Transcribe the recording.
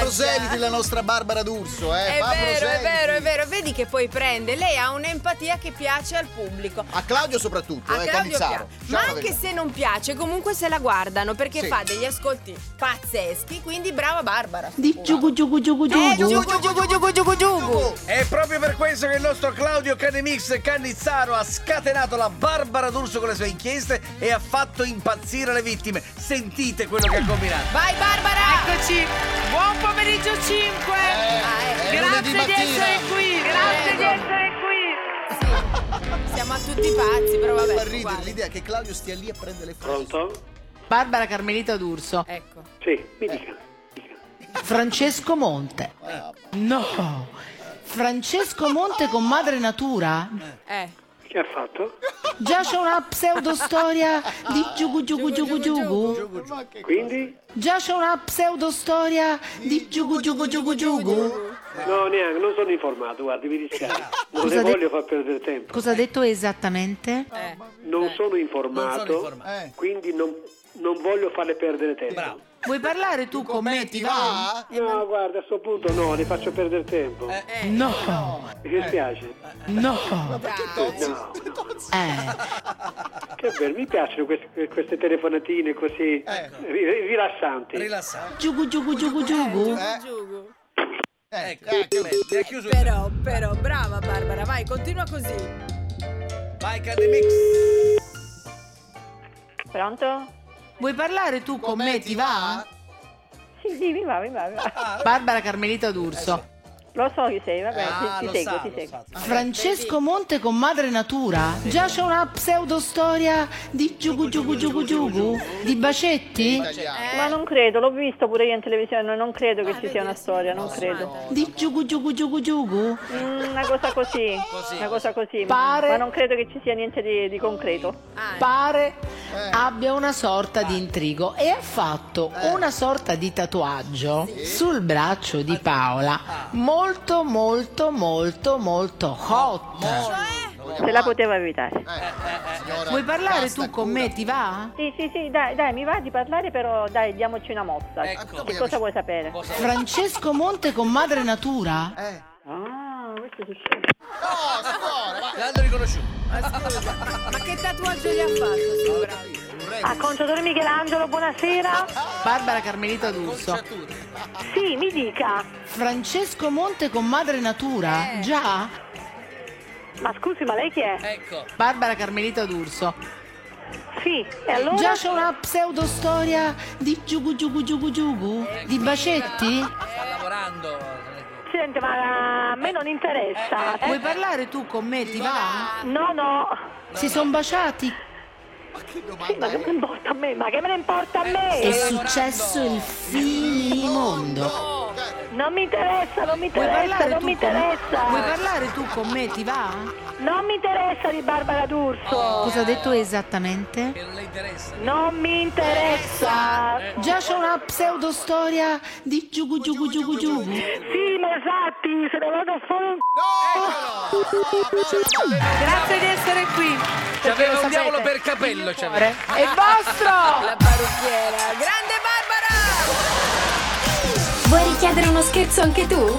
proseliti la nostra Barbara D'Urso, eh. È fa vero, è proseliti. vero, è vero. Vedi che poi prende. Lei ha un'empatia che piace al pubblico. A Claudio soprattutto, A eh, Claudio Canizzaro. piace. Diciamo Ma la anche verità. se non piace, comunque se la guardano perché Sì. fa degli ascolti pazzeschi. Quindi brava Barbara. Di giugu giugu giugu giugu. Eh, giugu, giugu, giugu, giugu, giugu. È proprio per questo che il nostro Claudio Canemix Cannizzaro ha scatenato la Barbara D'Urso con le sue inchieste e ha fatto impazzire le vittime. Sentite quello che ha combinato. Vai Barbara! Eccoci, buon pomeriggio 5. Eh, è lunedì Grazie di mattina. essere qui, grazie di Ah, ecco. Prego. essere qui. Sì. Siamo a tutti pazzi, però Fa vabbè. ridere uguale. l'idea che Claudio stia lì a prendere le frasi. Pronto? Barbara Carmelita D'Urso, Ecco. Sì, mi dica. Francesco Monte. No. Francesco Monte con Madre Natura? Eh. Che ha fatto? Già c'è una pseudostoria di giugu giugu giugu giugu? Quindi? Già c'è una pseudostoria di giugu giugu giugu giugu? No, neanche, non sono informato, guardi, mi dispiace. Non Cosa le de- voglio far perdere tempo. Cosa ha detto esattamente? Ah, eh. Non sono informato, Non sono informato. Eh. quindi non, non voglio farle perdere tempo. Bravo. Vuoi parlare tu con me? Ti va? va? No, guarda, a sto punto no, le faccio perdere tempo. No, Mi dispiace. eh. no. No, Eh, che bello, mi piacciono queste, queste telefonatine così ri- rilassanti. Rilassato. giugu giugu giugu giugu? Eh, Giugu. eh, Ecco, eh, ecco, beh, ha chiuso. il- Però, però, brava Barbara, vai, continua così. Vai Canemix. Pronto? Vuoi parlare tu con me? Ti va? Sì, sì, mi va, mi va. mi va. Barbara Carmelita D'Urso. Lo so chi sei, vabbè, Ah, ti, lo ti seguo, sa, ti lo seguo. sa. Francesco Monte con Madre Natura? Già c'è una pseudostoria di giugu giugu giugu giugu? Di Bacetti? Tagliamo. Eh, Ma non credo, l'ho visto pure io in televisione, non credo Ah, che ci sia una storia, non credo. Di giugu giugu giugu giugu? Mm, una cosa così, una cosa così, Pare- ma non credo che ci sia niente di, di concreto. ah, Pare abbia una sorta di intrigo e ha fatto una sorta di tatuaggio sul braccio di Paola molto molto molto molto hot. cioè? Se la poteva evitare. Eh. Signora, Vuoi parlare basta, tu con cura. me? Ti va? Sì, sì, sì, dai, dai, mi va di parlare, però dai, diamoci una mossa. Ecco. Che cosa vuoi sapere? Francesco Monte con Madre Natura? Eh. Ah, questo si No, signora, ma- L'hanno riconosciuto. Ma che tatuaggio gli ha fatto, sicura? Ah, Contador Michelangelo, buonasera. Barbara Carmelita D'Urso. Sì, mi dica. Francesco Monte con Madre Natura? Già? Ma scusi, ma lei chi è? Ecco. Barbara Carmelita D'Urso. Sì, e allora? Già c'è una pseudostoria di giugu giugu giugu giugu? Di Bacetti? Sta lavorando. Senti, ma a me non interessa. Eh, Vuoi parlare tu con me? Ti va? No, no. Si sono baciati. Sì, ma che me ne importa a me? Ma che me ne importa a Eh, me? successo il finimondo. Non mi interessa, non mi Vuoi interessa, parlare, non tu Eh, mi con... Vuoi interessa. parlare tu con me? Ti va? Non mi interessa di Barbara D'Urso. Oh. Cosa ha detto esattamente? Che non le interessa. Non mi interessa. Già c'è una pseudostoria di giugu giugu giugu giugu. Sì, ma esatti, se ne vado fuori. Grazie di essere qui. Cioè, Ci aveva un diavolo per capello. ci aveva. È vostro! La parrucchiera. Grande Barbara! Vuoi richiedere uno scherzo anche tu?